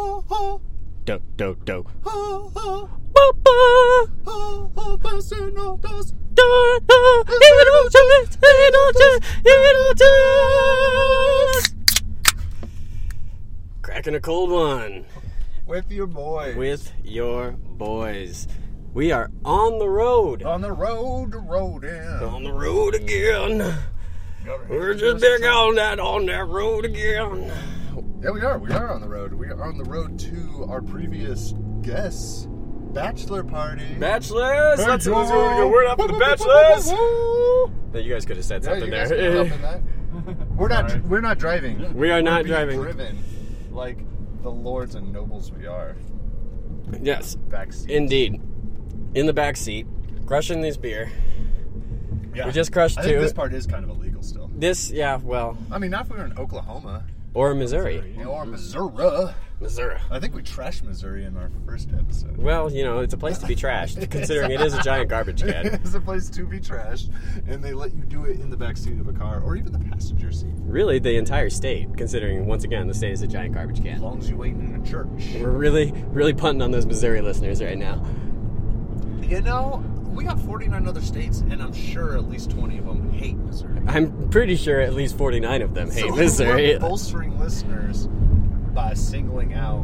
oh, Do, do, do. oh, oh, Papa. oh, oh, passing all those Da, da. It'll just, it'll just, it'll just. Cracking a cold one with your boy. with your boys. We are on the road. on the road to Rodin. On the road again. We're just back on that on that road again. Yeah, we are. We are on the road. We are on the road to our previous guest's bachelor party. Bachelors! That's Bachelor. what's going to word up for the bachelors! That you guys could have said Yeah, you something guys can help in there. that. We're not. We're not driving. We are We're not being driving. Driven, like the lords and nobles we are. yes, Backseat. indeed. In the back seat, crushing this beer. yeah. We just crushed I two. think this part is kind of illegal still. This, yeah, well, I mean, not if we were in Oklahoma or Missouri. or Missouri. Missouri. I think we trashed Missouri in our first episode. Well, you know, it's a place to be trashed, considering it is a giant garbage can. it's a place to be trashed, and they let you do it in the back seat of a car or even the passenger seat, Really, the entire state, considering, once again, the state is a giant garbage as can. long as you ain't in a church. We're really, really punting on those Missouri listeners right now. You know, we got 49 other states, and I'm sure at least 20 of them hate Missouri. I'm pretty sure at least 49 of them hate So Missouri. We're bolstering listeners by singling out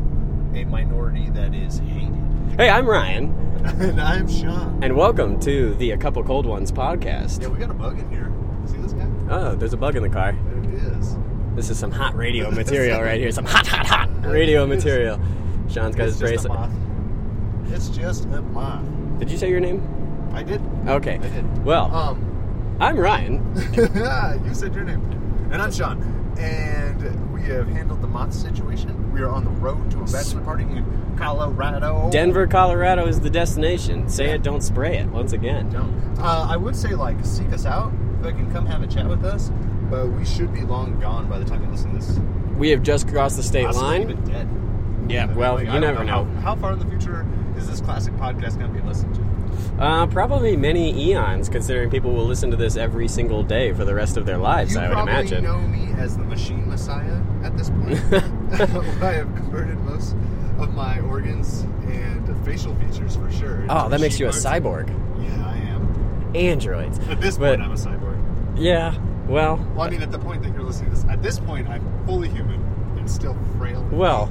a minority that is hated. Hey, I'm Ryan, and I'm Sean. and welcome to the A Couple Cold Ones Yeah, podcast. we got a bug in here. See this guy? Oh, there's a bug in the car. There it is. This is some hot radio material right here. Some hot, hot, hot radio material. Sean's got his It's just a bracelet. moth. It's just a moth. Did you say your name? I did. Okay. I did. Well, Um, I'm Ryan. you said your name. And I'm Sean. And we have handled the moth situation. We are on the road to a bachelor party in Colorado. Denver, Colorado is the destination. Say it, don't spray it. Once again. Don't. Uh, I would say like seek us out. They can come have a chat with us, but we should be long gone by the time you listen to this. We have just crossed the state Possibly line. even dead. Yeah. Well, Like, I you don't never know. How, how far in the future is this classic podcast going to be listened to? Uh, probably many eons, considering people will listen to this every single day for the rest of their lives. you I would probably imagine. know me as the Machine Messiah at this point. I have converted most of my organs and facial features for sure. Oh, to that makes machine you a parts. cyborg. Yeah, I am. Androids. At this But- point, I'm a cyborg. Yeah. Well. Well, I mean, at the point that you're listening to this, at this point, I'm fully human and still frail. Well.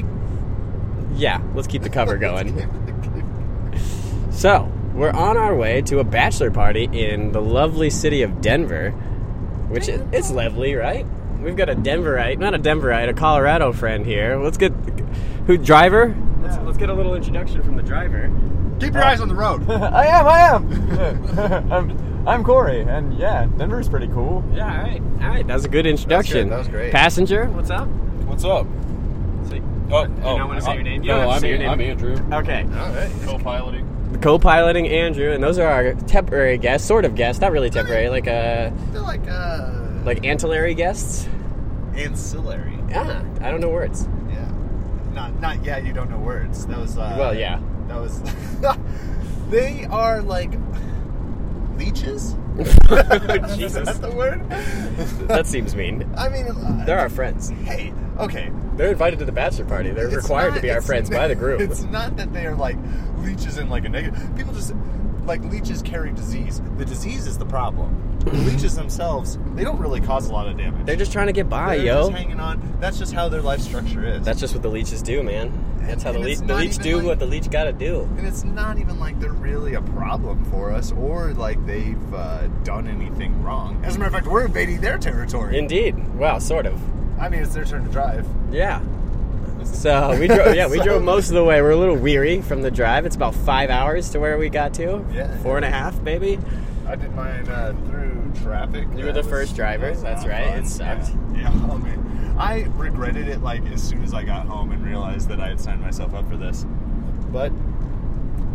Yeah. Let's keep the cover going. So we're on our way to a bachelor party in the lovely city of Denver, which is, it's lovely, right? We've got a Denverite, not a Denverite, a Colorado friend here. Let's get who driver. Let's, let's get a little introduction from the driver. Keep your eyes on the road. I am, I am. I'm, I'm Corey, and yeah, Denver's pretty cool. Yeah, all right, all right. That was a good introduction. That was great. Passenger, what's up? What's up? See, Oh, don't oh, wanna say your name? You No, don't have to I'm, say your I'm name. Andrew. okay. All right. Co-piloting. Co-piloting Andrew, and those are our temporary guests, sort of guests, not really temporary, like uh, They're like uh, like ancillary guests. ancillary. Yeah, I don't know words. Yeah. Not not yeah. You don't know words. That was uh, Well, yeah. That was. they are like leeches. Is Jesus, that the word? that seems mean. I mean, uh, They're our friends. hey, okay. They're invited to the bachelor party. They're It's required not- to be our it's- friends by the group. It's not that they are like leeches in like a negative. People just like leeches carry disease. The disease is the problem. The leeches themselves, they don't really cause a lot of damage. They're just trying to get by, They're yo. just hanging on. That's just how their life structure is. That's just what the leeches do, man. That's how the And leech it's the not leech even do like- what the leech gotta do. and it's not even like they're really a problem for us, or like they've uh, done anything wrong. As a matter of fact, we're invading their territory. Indeed. Wow, sort of. I mean, it's their turn to drive. Yeah. So we drove. Yeah, we So- drove most of the way. We're a little weary from the drive. It's about five hours to where we got to. Yeah. Four and a half, maybe. I did mine uh, through traffic. You were That the first driver, that was that's not right, it fun. sucked. Yeah, yeah oh, man. I regretted it like as soon as I got home and realized that I had signed myself up for this. But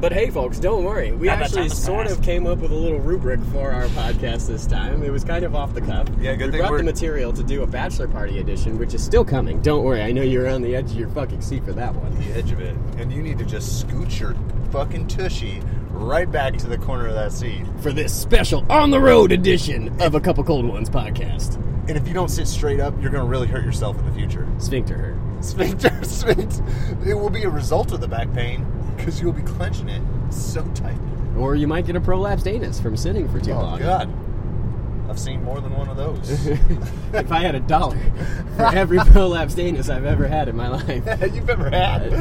But hey, folks, don't worry. We Now that actually time has sort passed. of came up with a little rubric for our podcast this time. It was kind of off the cuff. Yeah, good we thing brought we're- the material to do a bachelor party edition, which is still coming. Don't worry. I know you're on the edge of your fucking seat for that one. the edge of it, and you need to just scoot your fucking tushy right back to the corner of that seat. For this special on the road edition of a couple cold ones podcast, And if you don't sit straight up, you're gonna really hurt yourself in the future. sphincter hurt. sphincter, sphincter. It will be a result of the back pain because you will be clenching it so tight. Or you might get a prolapsed anus from sitting for too Oh long. God, I've seen more than one of those. if I had a dollar for every prolapsed anus I've ever had in my life, You've ever had?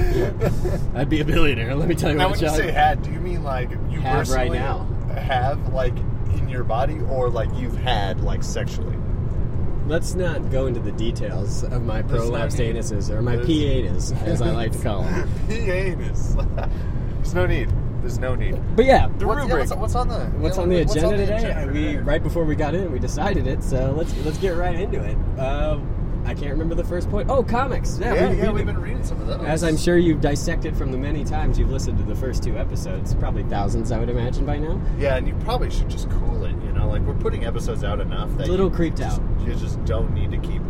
I'd be a billionaire. Let me tell you Now, what, when you John. say had, do you mean like you Have right personally now. have like in your body, or like you've had like sexually? Let's not go into the details of my That's prolapsed not- anuses, or my that's- P anus, as I like to call them. He anus. There's no need. There's no need. But yeah, The what's- what's, what's on the What's yeah, on the what's agenda the today? agenda we today? right before we got in, we decided it. So let's let's get right into it. Uh, I can't remember the first point. Oh, comics. Yeah, Yeah, yeah, we- we, we- have been reading some of those. As I'm sure you've dissected from the many times you've listened to the first two episodes, probably thousands, I would imagine by now. Yeah, and you probably should just cool it. You know, like we're putting episodes out enough that Little you creeped just, You just don't need to keep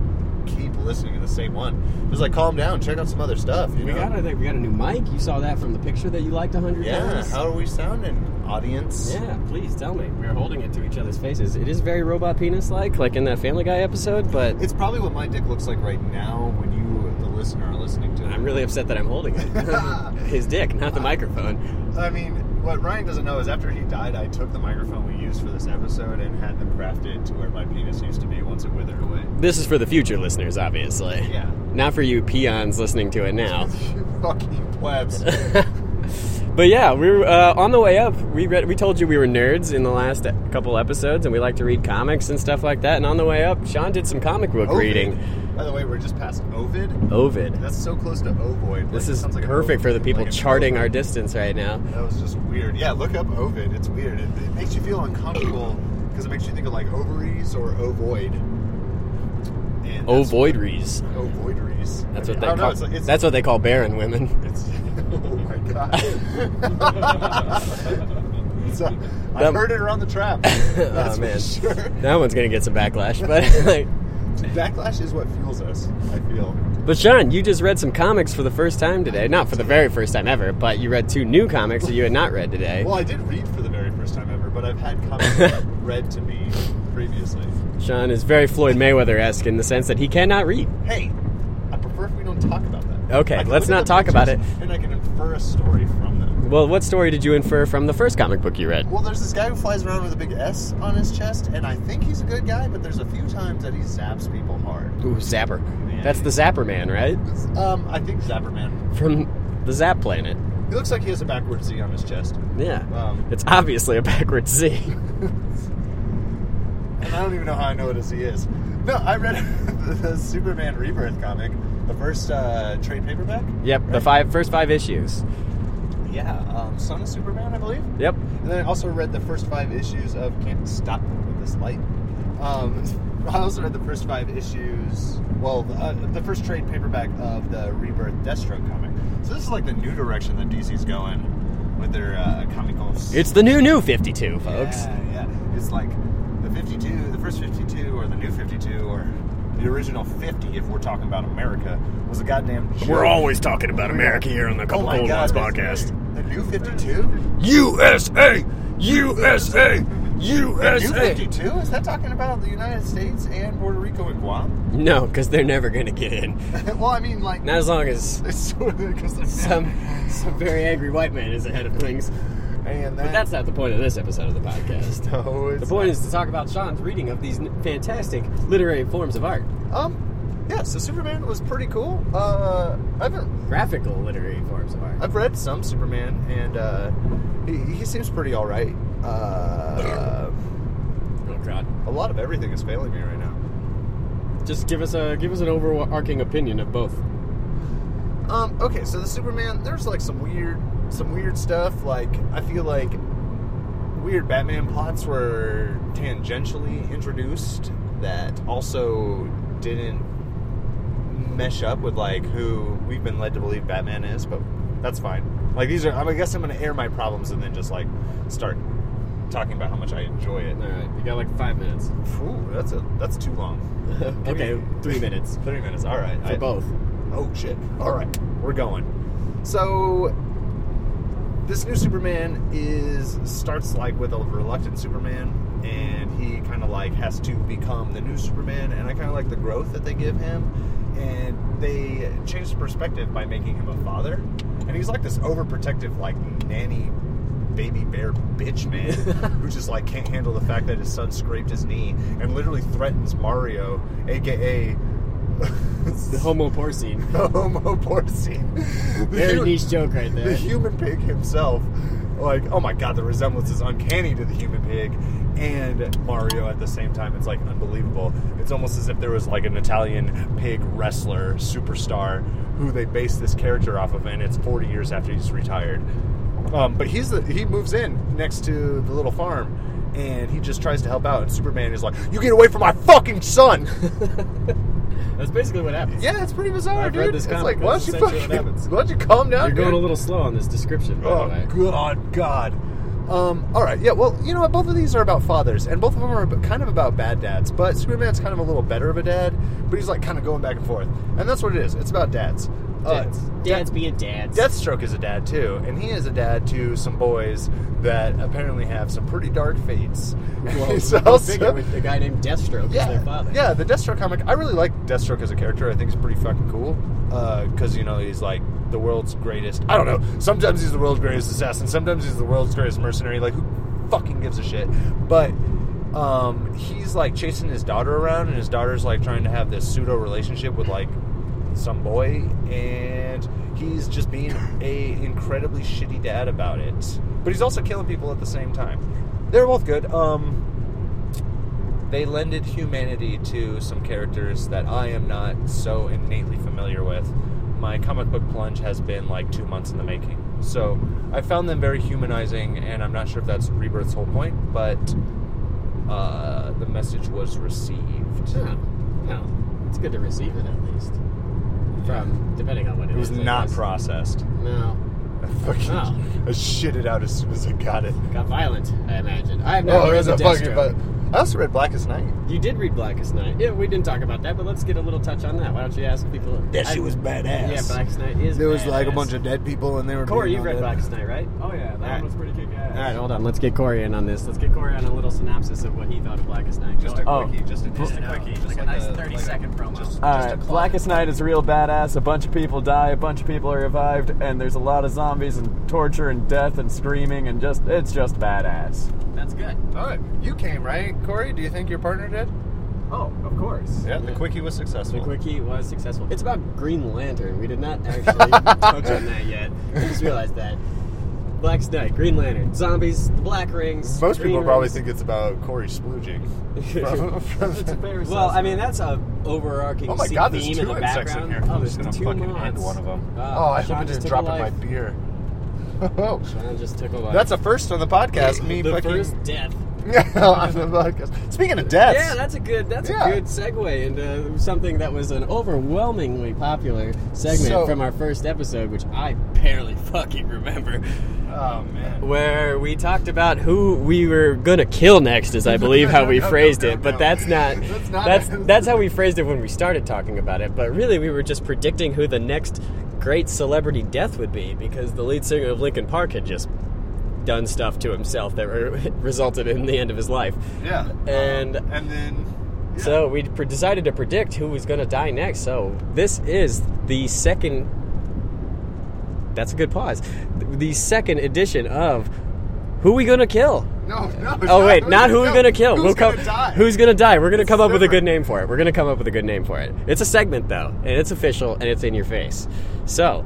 keep listening to the same one. Just like calm down, check out some other stuff. You We know? got a we got a new mic. You saw that from the picture that you liked a hundred Yeah, oh, times. how are we sounding, audience? Yeah, please tell me. We're holding it to each other's faces. It is very robot penis like, like in that Family Guy episode, but It's probably what my dick looks like right now when you, the listener, are listening to it. I'm really upset that I'm holding it. His dick, not the microphone. I mean, what Ryan doesn't know is after he died, I took the microphone we used for this episode and had them craft it to where my penis used to be once it withered away. This is for the future listeners, obviously. Yeah. Not for you peons listening to it now. You fucking plebs. But yeah, we were uh, on the way up. We read, we told you we were nerds in the last couple episodes, and we like to read comics and stuff like that. And on the way up, Sean did some comic book reading. By the way, we're just past Ovid. Ovid. That's so close to ovoid. This Like, it is sounds like an perfect for ovoid, the people like an charting our ovoid. distance right now. That was just weird. Yeah, look up ovid. It's weird. It, it makes you feel uncomfortable because it makes you think of like ovaries or ovoid. And that's- Ovoidries. Ovoideries. That's I what mean, they I don't know, call. it's like- it's- that's what they call barren women. It's, oh my god. It's, uh, I've That- heard it around the trap. That's oh for man, sure. that one's gonna get some backlash. But like, Backlash is what fuels us, I feel. but Sean, you just read some comics for the first time today. Not for the very first time ever, but you read two new comics that you had not read today. Well, I did read for the very first time ever, but I've had comics read to me previously. Sean is very Floyd Mayweather-esque in the sense that he cannot read. Hey, I prefer if we don't talk about that. Okay, I can let's look not at the talk about pictures And I can infer a story from them. Well, what story did you infer from the first comic book you read? Well, there's this guy who flies around with a big S on his chest, and I think he's a good guy, but there's a few times that he zaps people hard. Ooh, Zapper. That's the Zapper Man, right? Um, I think Zapperman. From the Zap Planet. He looks like he has a backwards Z on his chest. Yeah. Um, It's obviously a backwards Z. and I don't even know how I know what a Z is. No, I read the Superman Rebirth comic, the first uh, trade paperback. yep, the five first five issues. Yeah, um, Son of Superman, I believe. Yep. And then I also read the first five issues of Can't Stop Me with This Light. Um, I also read the first five issues, well, uh, the first trade paperback of the Rebirth Deathstroke comic. So this is like the new direction that DC's going with their uh, comicals. It's the new new 52, folks. Yeah, yeah. It's like the 52, the first 52, or the new 52, or the original 50, if we're talking about America, was a goddamn joke. talking about America here on the oh my God, that's- The new 52? USA! USA! The new 52? Is that talking about the United States and Puerto Rico and Guam? No, because they're never going to get in. well, I mean, like, Not as long as it's sort of because they're some, some very angry white man is ahead of things. And that, But that's not the point of this episode of the podcast. no, it's The point not. is to talk about Sean's reading of these n- fantastic literary forms of art, Um, yeah, so Superman was pretty cool. Uh, I haven't graphical literary forms of art. I've read some Superman, and uh, he, he seems pretty all right. Uh, Oh God! a lot of everything is failing me right now. Just give us a give us an overarching opinion of both. Um, okay, so the Superman, there's like some weird, some weird stuff. Like I feel like weird Batman plots were tangentially introduced that also didn't mesh up with like who we've been led to believe Batman is, but that's fine. Like these are, I guess I'm gonna air my problems and then just like start talking about how much I enjoy it. All right, you got like five minutes. Ooh, that's a that's too long. okay, three minutes Thirty minutes. All right. for I- both. Oh shit. All right, we're going. So this new Superman is starts like with a reluctant Superman and he kind of like has to become the new Superman. And I kind of like the growth that they give him. And they change the perspective by making him a father. And he's like this overprotective, like nanny baby bear bitch man who just like can't handle the fact that his son scraped his knee and literally threatens Mario, aka The homo porcine. the homo porcine. The Very hu- niche joke right The there. human pig himself. Like, oh my god, the resemblance is uncanny to the human pig and Mario at the same time. It's like unbelievable. It's almost as if there was like an Italian pig wrestler superstar who they based this character off of, and it's 40 years after he's retired. Um, but he's the, he moves in next to the little farm, and he just tries to help out. And Superman is like, "You get away from my fucking son!" That's basically what happens. Yeah, it's pretty bizarre, I've dude. read this it's comic. like, why That's don't you essentially what fucking, happens. why don't you calm down? You're going a dude? little slow on this description, by the way. Oh God, God. Um, all right, yeah. Well, you know what? Both of these are about fathers, and both of them are ab- kind of about bad dads. But Superman's kind of a little better of a dad, but he's like kind of going back and forth, and that's what it is. It's about dads. Uh, Dads. dads being dads. Deathstroke is a dad too, and he is a dad to some boys that apparently have some pretty dark fates. Well, He's go also- figure with the guy named Deathstroke yeah, as their father. Yeah, the Deathstroke comic. I really like Deathstroke as a character. I think he's pretty fucking cool. Because, you know, he's like the world's greatest. I don't know. Sometimes he's the world's greatest assassin. Sometimes he's the world's greatest mercenary. Like, who fucking gives a shit? But um, he's like chasing his daughter around, and his daughter's like trying to have this pseudo relationship with like some boy, and he's just being a incredibly shitty dad about it. But he's also killing people at the same time. They're both good. Um, they lended humanity to some characters that I am not so innately familiar with. My comic book plunge has been like two months in the making. So I found them very humanizing, and I'm not sure if that's Rebirth's whole point, but uh, the message was received. No, no. It's good to receive it at least. From depending on what It was is, I not guess. processed. No, I fucking Oh. I shit it out as soon as I got it. Oh, got violent. I imagine. I have never read the Deathstroke. I also read Blackest Night. You did read Blackest Night. Yeah, we didn't talk about that, but let's get a little touch on that. Why don't you ask people? That I- shit was badass. Yeah, Blackest Night is. There was like a badass. bunch of dead people, and they were. being Corey, you've all read dead. Blackest Night, right? Oh yeah, that Alright. one was pretty kick ass. All right, hold on. Let's get Corey in on this. Let's get Corey on a little synopsis of what he thought of Blackest Night. Just a Oh. quickie, just a, just Yeah, no, a quickie, just just like a like nice a- 30 like a- second promo. just- All just a right, clock. Blackest Night is real badass. A bunch of people die, a bunch of people are revived, and there's a lot of zombies and torture and death and screaming and just it's just badass. That's good. All right, you came right, Corey. Do you think your partner did? Oh, of course. Yeah, the the quickie was successful. The quickie was successful. It's about Green Lantern. We did not actually touch on that yet. I just realized that. Black Knight, Green Lantern, zombies, the black rings. Most green people probably rings. think it's about Corey splooging. From- It's a from- Well, fair I assessment. mean that's a overarching oh my se- god, there's theme two in the insects in background. here. Oh, I'm there's just gonna two fucking moths. end one of them. Uh, oh, I hope Sean I didn't took a drop in my life. beer. Oh, Sean just took a life. that's a first on the podcast. Me the fucking first death. on the podcast. Speaking of deaths, yeah, that's a good that's a Yeah. good segue into something that was an overwhelmingly popular segment So- from our first episode, which I barely fucking remember. oh man, Where we talked about who we were gonna kill next, is I believe how we No, no, phrased no, it. But no. that's not That's not- that's that's how we phrased it when we started talking about it. But really, we were just predicting who the next great celebrity death would be because the lead singer of Linkin Park had just done stuff to himself that re- resulted in the end of his life. yeah, And- Um, and then yeah. So we pre- decided to predict who was going to die next. So this is the second. That's a good pause. The second edition of Who We Gonna Kill. no, no. Oh wait, not who we no. gonna kill. Who's we'll come. gonna die? Who's gonna die? We're gonna This come is up with a different. good name for it. We're gonna come up with a good name for it. It's a segment though, and it's official and it's in your face. So,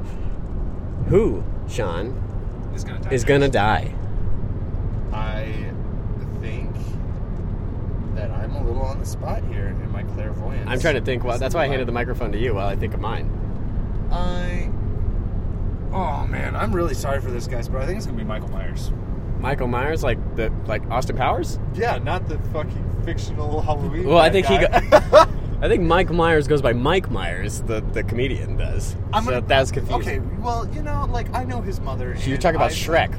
who Sean is gonna die? is gonna die? I think that I'm a little on the spot here in my clairvoyance. I'm trying to think. Well, that's why I handed the microphone to you while I think of mine. I. Oh man, I'm really sorry for this, guys, but I think it's gonna be Michael Myers. Michael Myers, like the like Austin Powers. Yeah, not the fucking fictional Halloween. Well, I bad think he guy. got. I think Mike Myers goes by Mike Myers, the, the comedian does. I'm so gonna- that was confusing. Okay, well, you know, like I know his mother. So you're and talking about I- Shrek,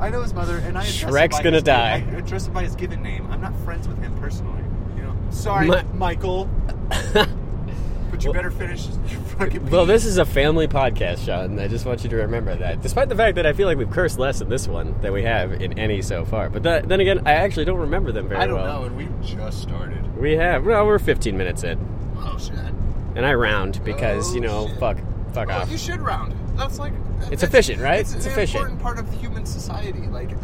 I know his mother, and I. address him Shrek's by gonna his- die. I address him by his given name. I'm not friends with him personally. You know, sorry, Mi- Michael. but But you better finish your fucking. Well, this is a family podcast, Sean. I just want you to remember that. Despite the fact that I feel like we've cursed less in this one than we have in any so far. But that, then again, I actually don't remember them very I don't know, well. and we just started. We have. Well, we're 15 minutes in. Oh shit! And I round because, Oh, you know, shit. fuck fuck Oh, off. you should round. That's like It's efficient, right? It's, It's an efficient. important part of human society. Like, h-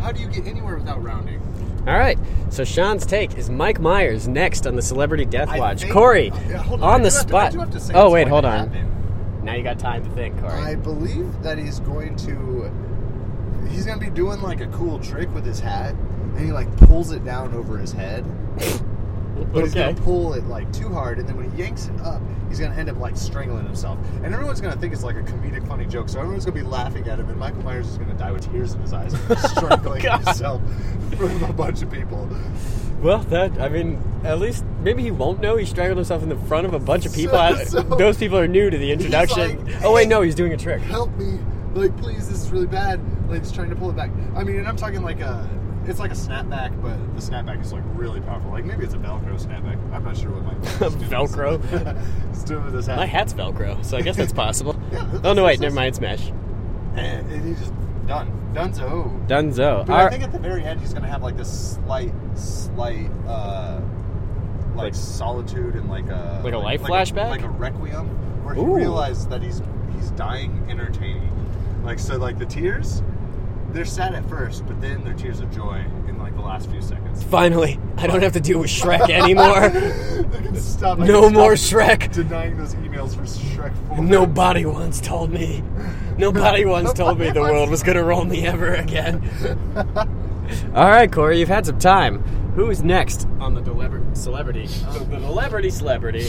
how do you get anywhere without rounding? All right. So Sean's take is Mike Myers next on the Celebrity Death I Watch. think- Corey, uh, yeah, hold on I the do have to- I spot. do have to say oh it's wait, going hold to on. happen. Now you got time to think, Corey. I believe that he's going to. He's gonna be doing like a cool trick with his hat, and he like pulls it down over his head. But he's okay. gonna pull it like too hard, and then when he yanks it up, he's gonna end up like strangling himself. And everyone's gonna think it's like a comedic, funny joke, so everyone's gonna be laughing at him. And Michael Myers is gonna die with tears in his eyes, strangling Oh, God. himself from a bunch of people. Well, that I mean, at least maybe he won't know he strangled himself in the front of a bunch of people. I- So- Those people are new to the introduction. like, oh "Hey." wait, no, he's doing a trick. Help me, like please, this is really bad. Like he's trying to pull it back. I mean, and I'm talking like a, it's like a snapback, but the snapback is like really powerful. Like maybe it's a Velcro snapback. I'm not sure what Michael Myers is doing. Velcro? He's doing with his hat. My hat's Velcro, so I guess that's possible. Yeah, oh no, wait, that's- never mind. Smash. And, and he just done, donezo. Dunzo. But All I right. think at the very end he's gonna have like this slight, slight, uh, like, Like- solitude and like a Like a life flashback? like a requiem, where he Ooh. realizes that he's he's dying entertaining. Like so, like the tears, they're sad at first, but then they're tears of joy in like the last few seconds. Finally, I don't have to deal with Shrek anymore. I can stop. I no can more stop Shrek. Denying those emails for Shrek Four. Nobody once told me. Nobody once told me the world was gonna roll me ever again. All right, Corey, you've had some time. Who's next on the deliver- celebrity? Oh, the celebrity celebrity.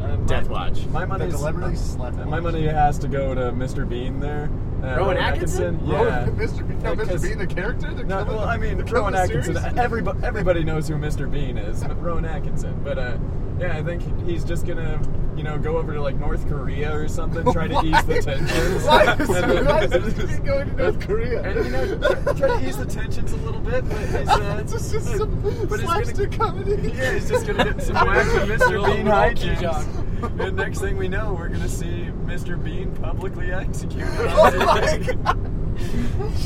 Uh, my- Death Watch. My money. The delivery slept. My money has to go to Mr. Bean there. Uh, Rowan Atkinson? Yeah. Mr. Bean, no, Mr. Because- Bean, the character. The No, well, I mean, Rowan Atkinson. Everybody, everybody knows who Mr. Bean is. but Rowan Atkinson. But uh, yeah, I think he's just gonna, you know, go over to like North Korea or something, try to ease the tensions. Why And is, then- why is Mr. Bean going to North Korea? And you know, try, try to ease the tensions a little bit, but he's, uh, it's just, it's some but he's gonna- slapstick comedy. yeah, he's just gonna get some wacky Little Mr. Bean monkey hijinks. And next thing we know, we're gonna see Mr. Bean publicly executed. Oh my god!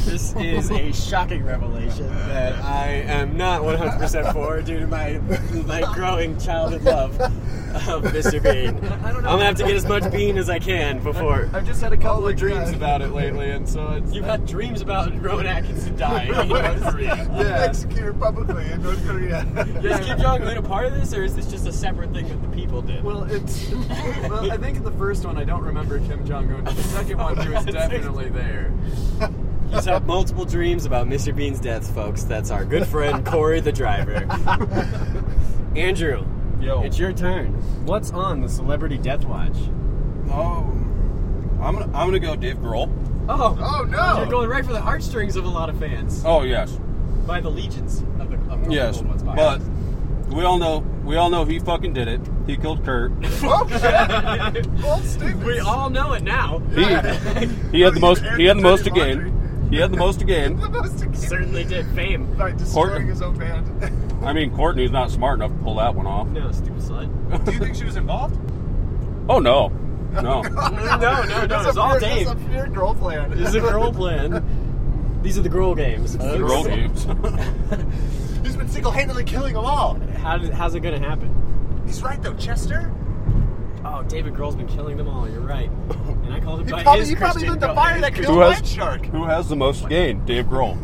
This is a shocking revelation that I am not 100% for due to my my growing childhood love of Mr. Bean. I I'm don't know. gonna have to get as much bean as I can before. I've just had a couple Oh my of dreams God. about it lately, and so it's. You've had dreams about Rowan Atkinson dying. in North Korea. yeah. Executed publicly in North Korea. Is Kim Jong Un a part of this, or is this just a separate thing that the people did? Well, it's. Well, I think in the first one, I don't remember Kim Jong Un. but The second one, he was definitely there. He's had multiple dreams about Mr. Bean's death, folks. That's our good friend Corey the driver. Andrew, Yo. it's your turn. What's on the Celebrity Death Watch? Oh, I'm gonna I'm gonna go Dave Grohl. Oh, Oh no! you're going right for the heartstrings of a lot of fans Oh yes, by the legions of the of the yes. old ones. by But we all know we all know he fucking did it. He killed Kurt. Oh shit! us. Bold statements. we all know it now. He, he had the most. He had the most to Dirty gain. He had the most to gain. the most Certainly did fame. Like destroying Horton. his own band. I mean, Courtney's not smart enough to pull that one off. No, stupid slut. Do you think she was involved? Oh no, no. No, no, no, That's it's a all pure- Dave. That's a pure girl plan. This is a girl plan. These are the girl games. The girl games. He's been single-handedly killing them all. How did, how's it gonna happen? He's right though, Chester. Oh, David Grohl's been killing them all. You're right. And I called him He by probably, his he probably Christian lit the God. fire that killed Who has- White Shark. Who has the most to gain? Dave Grohl.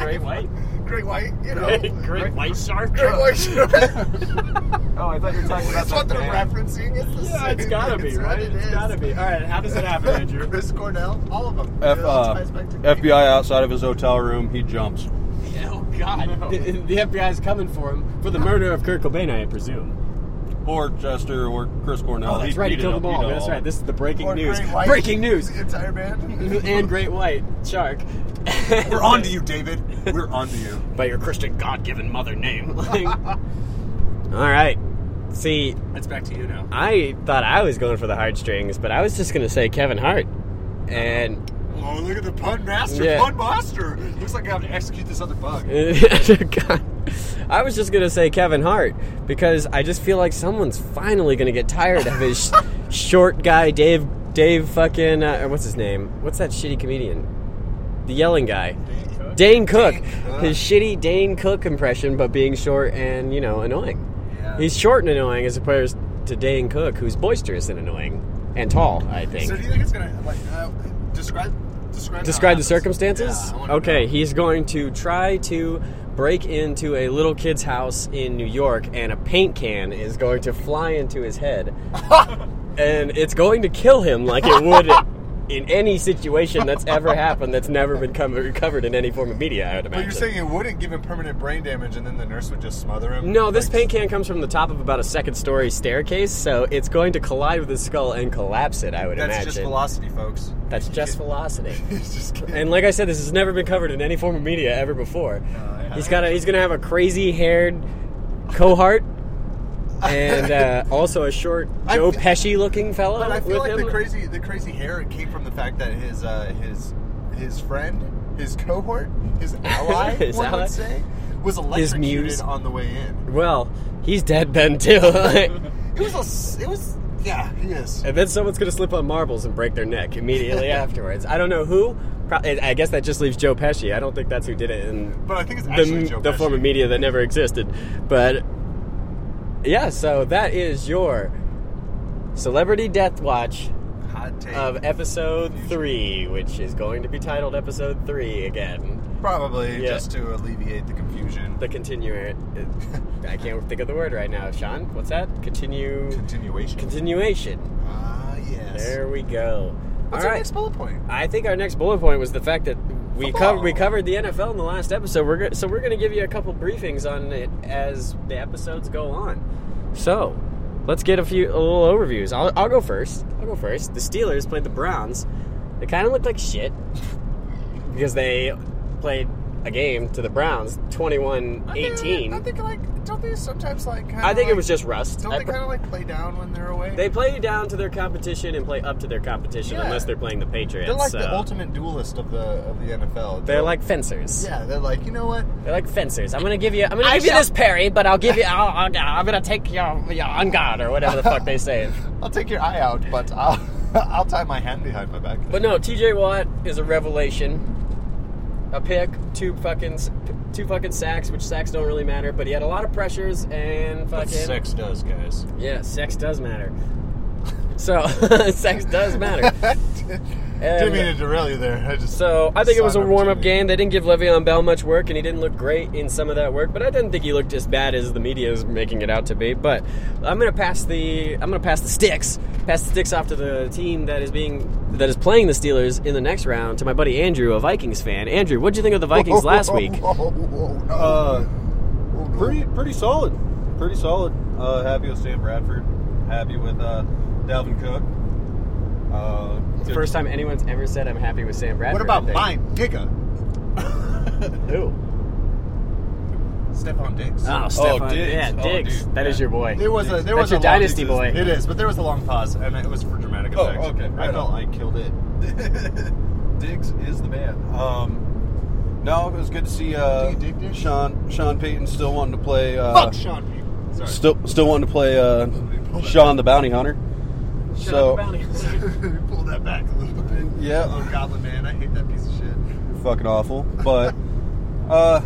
Great white, Great White, you know. great, great white shark. Great White Shark. Oh, I thought you were talking about That's that what they're band. referencing. It's the Yeah, same. it's gotta be It's what right. it it's is. gotta be. All right, how does it happen, Andrew? Chris Cornell, all of them. F, It all uh, ties back to me. FBI outside of his hotel room. He jumps. Oh God! The, the FBI's coming for him for the murder of Kurt Cobain, I presume. Or Chester or Chris Cornell. Oh, that's right. He did killed it- them he all. did That's all. right. This is the breaking Or news. Great White, Breaking news. The entire band. and Great White Shark. We're on to you, David. We're on to you. by your Christian God-given mother name. Like, all right. See, It's back to you now. I thought I was going for the heartstrings, but I was just gonna say Kevin Hart, and Oh, look at the pun master, Yeah. pun master. Looks like I have to execute this other bug. God. I was just gonna say Kevin Hart because I just feel like someone's finally gonna get tired of his sh- short guy Dave Dave fucking uh, what's his name? What's that shitty comedian? The yelling guy. Dane Cook. Uh-huh. His shitty Dane Cook impression, but being short and you know annoying. Yeah. He's short and annoying as opposed to Dane Cook, who's boisterous and annoying and tall. I think. So do you think it's gonna like uh, describe describe how it Describe the happens. circumstances? Yeah, I wanna okay, know. he's going to try to break into a little kid's house in New York, and a paint can is going to fly into his head. and it's going to kill him like it would in any situation that's ever happened that's never been come, recovered in any form of media, I would imagine. But you're saying it wouldn't give him permanent brain damage, and then the nurse would just smother him. no, this Like, paint can comes from the top of about a second story staircase, so it's going to collide with his skull and collapse it, I would That's imagine. just velocity, folks. That's just velocity. He's just kidding. And like I said, this has never been covered in any form of media ever before. yeah. He's got a, he's gonna have a crazy haired cohort and uh, also a short I- Joe Pesci looking fellow But I feel like with him. the crazy the crazy hair came from the fact that his uh, his his friend, his cohort, his ally, His one ally. would say, was His electrocuted muse. on the way in. well, he's dead Ben too. It was a s it was yeah, he is. and then someone's gonna slip on marbles and break their neck immediately afterwards. I don't know who. Pro- I guess that just leaves Joe Pesci. I don't think that's who did it. And But I think it's actually the, Joe the Pesci. form of media that never existed. But yeah, so that is your celebrity death watch hot take. of e- episode three, which is going to be titled episode three again. Probably yeah. just to alleviate the confusion. The continuer. I can't think of the word right now. Sean, what's that? Continue. Continuation. Continuation. Ah, yes. There we go. What's All our right. next bullet point? I think our next bullet point was the fact that we Football. covered we covered the NFL in the last episode. We're go- so we're going to give you a couple briefings on it as the episodes go on. So let's get a few a little overviews. I'll, I'll go first. I'll go first. The Steelers played the Browns. They kind of looked like shit because they played a game to the Browns 21 18. I think like don't they sometimes like kinda I think it like- was just rust. don't I they pr- kinda like play down when they're away? they play down to their competition and play up to their competition Yeah. unless they're playing the Patriots. They're like the so- ultimate duelist of the of the NFL. They're like fencers. yeah, they're like you know what? They're like fencers. I'm gonna give you. I'm gonna I give you shall- this parry, but I'll give you. I'll, I'll, I'm gonna take your your on guard or whatever the fuck they say. I'll take your eye out, but I'll I'll tie my hand behind my back. But no, T.J. Watt is a revelation. A pick, two fucking, s- two fucking sacks, which sacks don't really matter. But he had a lot of pressures and But fucking. sex does, guys. Yeah, sex does matter. So sex does matter. Didn't And- mean to derail you there. I just So I think it was a Son of warm up Jimmy. game. They didn't give Le'Veon Bell much work, and he didn't look great in some of that work. But I didn't think he looked as bad as the media is making it out to be. But I'm gonna pass the I'm gonna pass the sticks, pass the sticks off to the team that is being that is playing the Steelers in the next round to my buddy Andrew, a Vikings fan. Andrew, what'd you think of the Vikings last week? Whoa, whoa, whoa, no. Uh, pretty pretty solid. Pretty solid. Uh, happy with Sam Bradford. Happy with uh, Dalvin Cook. Uh, It's the good- first time anyone's ever said I'm happy with Sam Bradford. what about I mine, nigga? think. Who? Stephon Diggs. Oh, Stephon. Diggs. Yeah, Oh, Diggs. dude. That is your boy. There was a there That's was your a long- dynasty boy. It is, but there was a long pause, and it was for dramatic Oh, effect. okay, right I felt on. I killed it. Diggs is the man. Um, no, it was good to see uh, Dig- dig- dig. Sean Sean Payton still wanting to play. Uh, Fuck Sean Payton. Sorry. Still still wanting to play uh, Sean the Bounty Hunter. so Pull that back a little bit. Yeah. Oh, Goblin Man, I hate that piece of shit. fucking awful, but uh,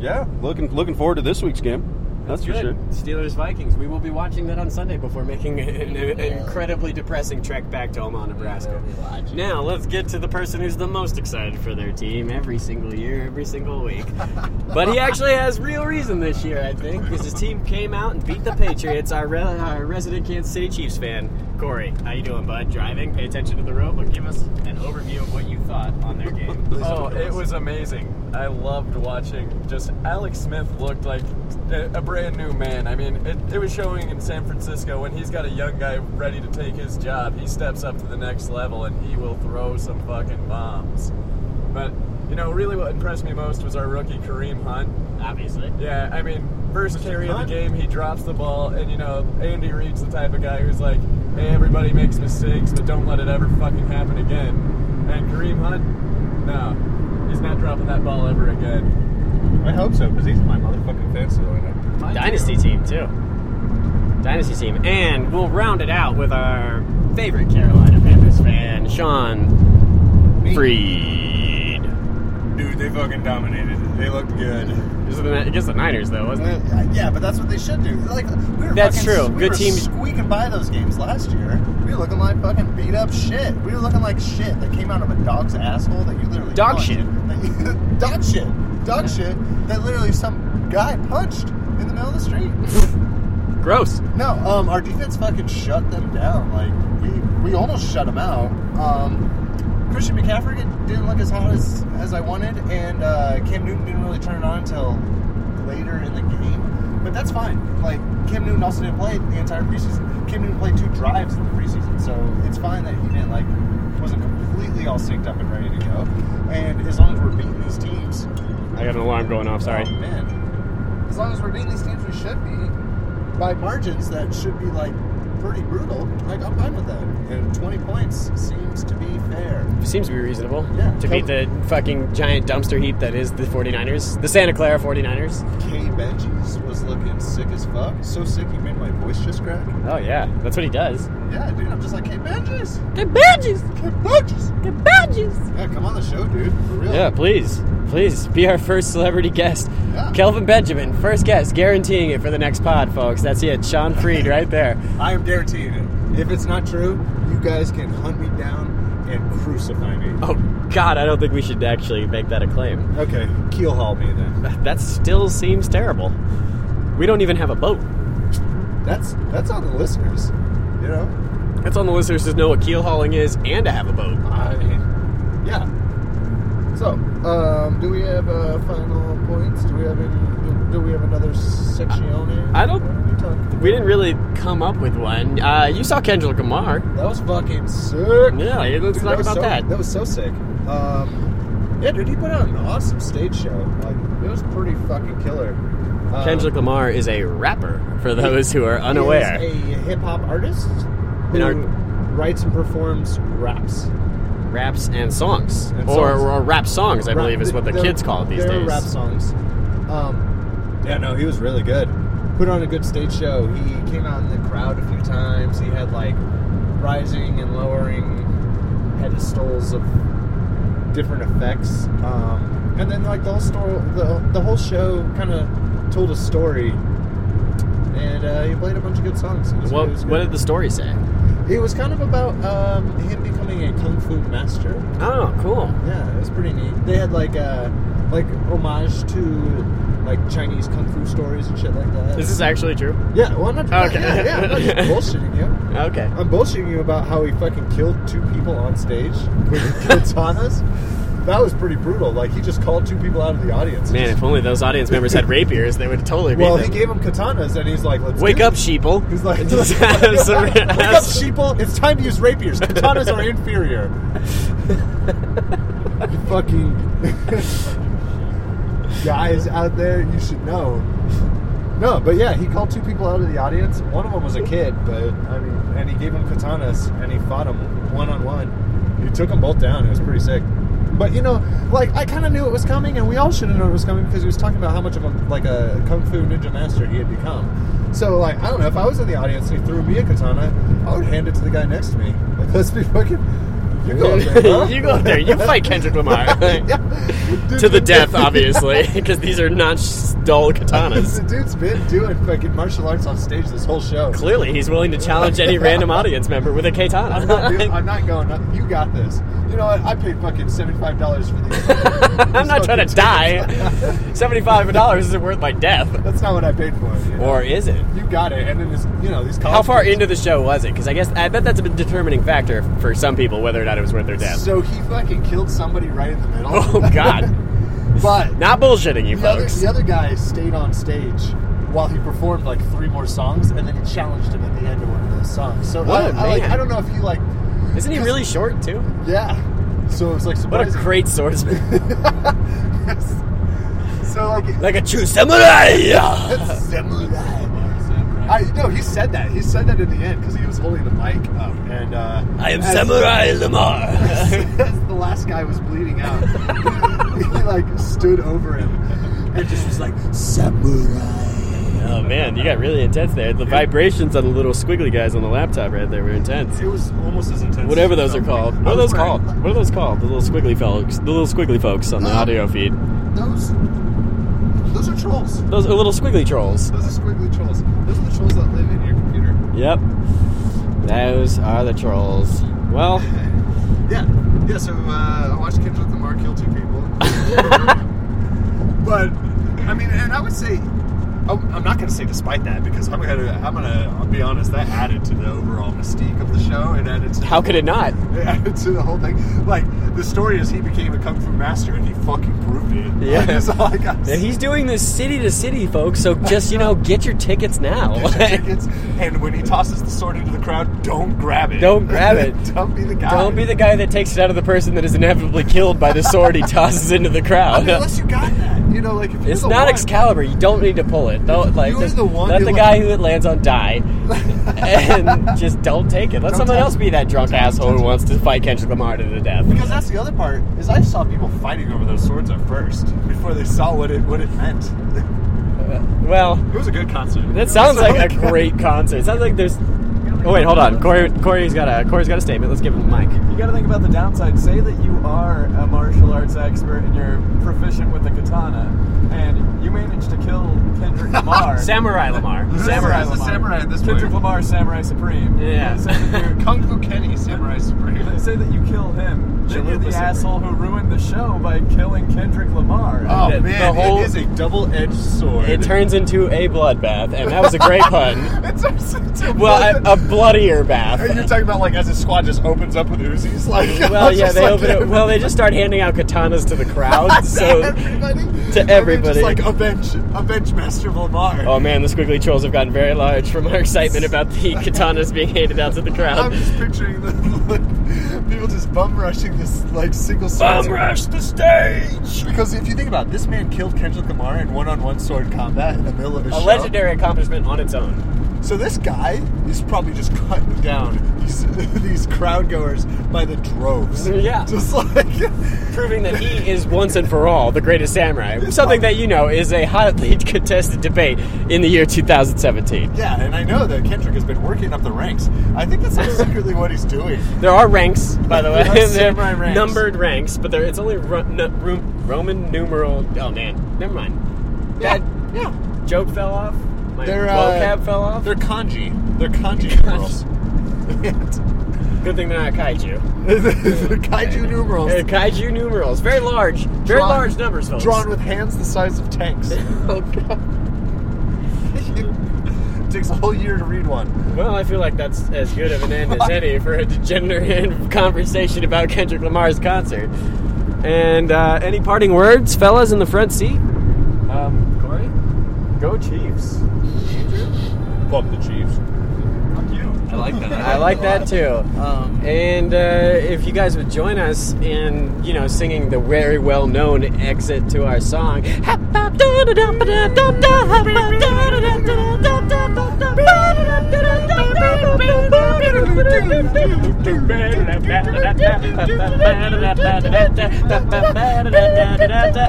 yeah, looking looking forward to this week's game. That's, for sure. Steelers Vikings. We will be watching that on Sunday before making an, an incredibly depressing trek back to Omaha, Nebraska. Now let's get to the person who's the most excited for their team every single year, every single week. but he actually has real reason this year, I think, because his team came out and beat the Patriots. Our, re- our resident Kansas City Chiefs fan, Corey, how you doing, bud? Driving? Pay attention to the road, but give us an overview of what you thought on their game. Oh, it was amazing. I loved watching. Just Alex Smith looked like a, a brand new man. I mean, it, it was showing in San Francisco when he's got a young guy ready to take his job. He steps up to the next level and he will throw some fucking bombs. But you know, really, what impressed me most was our rookie Kareem Hunt. obviously. Yeah, I mean, first carry of the punt. game, he drops the ball, and you know, Andy Reid's the type of guy who's like, "Hey, everybody makes mistakes, but don't let it ever fucking happen again." And Kareem Hunt, no, he's not dropping that ball ever again. I hope so because he's my motherfucking fantasy lineup. Mine Dynasty too. team too. Dynasty team, and we'll round it out with our favorite Carolina Panthers fan, Sean Freed. Dude, they fucking dominated. They looked good. This is the- Against the Niners, though, wasn't it? Uh, Yeah, but that's what they should do. Like we were That's fucking- true. We Good were team- squeaking by those games last year. We were looking like fucking beat up shit. We were looking like shit that came out of a dog's asshole that you literally Dog punched. shit. That you- dog shit, dog shit that literally some guy punched in the middle of the street. Gross. No, um, our defense fucking shut them down. Like we we almost shut them out. Um, Christian McCaffrey didn't look as hot as, as I wanted, and uh, Cam Newton didn't really turn it on until later in the game. But that's fine. Like Cam Newton also didn't play the entire preseason. Cam Newton played two drives in the preseason, so it's fine that he didn't like wasn't completely all synced up and ready to go. And as long as we're beating these teams, I got an alarm going off. Sorry. Oh, man. As long as we're beating these teams, we should be by margins that should be like pretty brutal. Like I'm fine with that. And 20 points seems to be fair. Seems to be reasonable Yeah. to beat the fucking giant dumpster heap that is the 49ers, the Santa Clara 49ers. K Benji's was looking sick as fuck. So sick he made my voice just crack. Oh yeah, that's what he does. Yeah, dude, I'm just like K Benji's. Get badges, K Benji's. get badges. Yeah, come on the show, dude. For real. Yeah, please, please be our first celebrity guest, Yeah. Kelvin Benjamin, first guest, guaranteeing it for the next pod, folks. That's it, Sean Freed, right there. I am guaranteeing it. If it's not true, you guys can hunt me down and crucify me. Oh God, I don't think we should actually make that a claim. Okay, keel haul me then. That still seems terrible. We don't even have a boat. That's that's on the listeners. You know. That's on the listeners to know what keel hauling is and to have a boat. I yeah. So, um, do we have uh, final points? Do we have any? Do, do we have another sectione? I don't- What are we talking- We didn't really come up with one. Uh, you saw Kendrick Lamar. That was fucking sick. Yeah, let's Dude, talk was about so, that. That was so sick. Um, yeah, dude, he put on an awesome stage show. Like, it was pretty fucking killer. Um, Kendrick Lamar is a rapper, for those who are unaware. He is a hip hop artist who And our- writes and performs raps. raps and songs, And or, songs. or rap songs, I believe, is what the They're- kids call it these they're days. Rap songs. Um, yeah, no, he was really good. Put on a good stage show. He came out in the crowd a few times. He had like rising and lowering pedestals of different effects, um, and then like the whole story, the, the whole show kind of told a story. And uh, he played a bunch of good songs. It was- What, it was what good. did the story say? It was kind of about um, him becoming a kung fu master. Oh, cool. Yeah, it was pretty neat. They had like uh like homage to like Chinese kung fu stories and shit like that. Is this actually true? yeah, well, I'm not. Okay. Yeah, yeah, I'm not just bullshitting you. Okay. I'm bullshitting you about how he fucking killed two people on stage with katanas. That was pretty brutal. Like he just called two people out of the audience. Man, if only those audience members had rapiers, they would totally read well, he them. gave him katanas, and he's like, "Let's Wake do up, this." sheeple. He's like, Just "Wake have some- up, sheeple! It's time to use rapiers. Katanas are inferior." You fucking guys out there, you should know. No, but yeah, he called two people out of the audience. One of them was a kid, but I mean, and he gave him katanas and he fought him one on one. He took them both down. It was pretty sick. But you know, like I kind of knew it was coming, and we all should have known it was coming because he was talking about how much of a like a kung fu ninja master he had become. So like I don't know if I was in the audience and he threw me a katana, I would hand it to the guy next to me. Like, let's be fucking. You go up there. huh? you go up there. You fight Kendrick Lamar. to the death, obviously, because these are not s- dull the katanas. dude's been doing fucking martial arts on stage this whole show. Clearly, he's willing to challenge any random audience member with a I'm not, doing- katana. I'm not going. up. You got this. You know what? I paid fucking seventy five dollars for these. I'm not trying to die. Seventy-five dollars isn't worth my death, That's not what I paid for. it, You, know? or is it? you got it, and then this, you know these. How college far kids- into the show was it? Because I guess I bet that's a determining factor for some people whether or not it was worth their death. So he fucking killed somebody right in the middle. oh God, but not bullshitting you the other, folks. the other guy stayed on stage while he performed like three more songs, and then he challenged him at the end of one of those songs. So What I, a I, like, man. I don't know if he like. Isn't he really short too? Yeah. So it was like What a surprising. great swordsman, So like. like a true samurai. Samurai. I no, he said that. He said that in the end because he was holding the mic up, and uh, I am as- Samurai Lamar. As the last guy was bleeding out, he like stood over him, It just was like samurai. Oh man, you got really intense there. The vibrations on the little squiggly guys on the laptop right there were intense. It was almost as intense. Whatever as those are something. called. I What was are those wearing- called? What are those called? The little squiggly folks. The little squiggly folks on the audio feed. Those, those are trolls. Those are little squiggly trolls. Those are squiggly trolls. Those are the trolls that live in your computer. Yep. Those are the trolls. Well, Yeah, yeah. So uh, I watched Kendrick Lamar kill two people. but I mean, and I would say, I'm I'm not going to say despite that because I'm going to I'm going to I'll be honest. That added to the overall mystique of the show and added to how could it not? it added to the whole thing. Like the story is he became a kung fu master and he fucking proved it. Yeah. Like, that's all I got. to And say. he's doing this city to city, folks. So just you know, get your tickets now. Tickets, and when he tosses the sword into the crowd, don't grab it. Don't grab it. don't be the guy. Don't be the guy that takes it out of the person that is inevitably killed by the sword he tosses into the I mean, crowd. unless you got that, you know, like if you're It's the not one- Excalibur. You don't need to pull it. Don't like. you're just the one let who the li- guy who it lands on die, and just don't take it. Let Don't someone touch else be that drunk asshole who wants to fight Kendrick Lamar to the death. Because that's the other part is I saw people fighting over those swords at first before they saw what it what it meant. Well, It was a good concert. that sounds like a great concert. Sounds like there's. Oh wait, hold on. Corey, Corey's got a Corey's got a statement. Let's give him the mic. You gotta think about the downside. Say that you are a martial arts expert and you're proficient with the katana, and you manage to kill Kendrick Lamar. Samurai Lamar. Samurai This is a Lamar. samurai at this Kendrick point. Lamar, Samurai Supreme. Yeah. Say that, Kung Fu Kenny, Samurai you Supreme. say that you kill him. Then you're Chalupa Supreme. the asshole who ruined the show by killing Kendrick Lamar. Oh The- the man, whole- it is a double-edged sword. It turns into a bloodbath, and that was a great pun. It turns into Well, a, a bloodier Are you bath. talking about like as a squad just opens up with Uzis? Like, I Well, was yeah, just they like- open it. Well, they just start handing out katanas to the crowd. So, everybody, to And they're everybody. just like a bench, a bench master of Lamar. oh man, the squiggly trolls have gotten very large from our excitement about the katanas being handed out to the I'm crowd. just picturing the like, people just bum rushing this like single sword. Bum rush the stage because if you think about it, this man killed Kendrick Lamar in one-on-one sword combat in the middle of a A show. legendary accomplishment on its own. So this guy is probably just cutting down these these crowd goers by the droves. Yeah. just like Proving that he is once and for all the greatest samurai. Something that you know is a hotly contested debate in the year 2017. yeah. And I know that Kendrick has been working up the ranks. I think that's like secretly what he's doing. There are ranks, by the way. There are They're samurai ranks. Numbered ranks, but there it's only ro- nu- ro- Roman numeral. Oh man, never mind. That yeah. joke fell off. My They're, uh, vocab fell off. They're kanji. They're kanji numerals. Good thing they're not kaiju. they're kaiju numerals. They're kaiju numerals, very large, very Drawn- large numbers, folks. drawn with hands the size of tanks. oh god. takes a whole year to read one. Well, I feel like that's as good of an end as any for a degenerate conversation about Kendrick Lamar's concert. And uh, any parting words, fellas in the front seat? Um, Corey? Go Chiefs. Fuck the Chiefs. I like that. I like that too. Um, And uh, if you guys would join us in, you know, singing the very well-known exit to our song.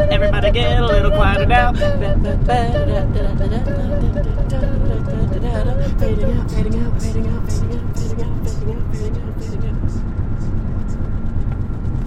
Everybody get a little quieter now.